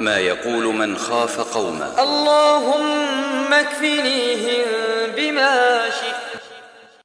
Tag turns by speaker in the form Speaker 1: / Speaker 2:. Speaker 1: ما يقول من خاف قوما
Speaker 2: اللهم اكفنيهم بما شئت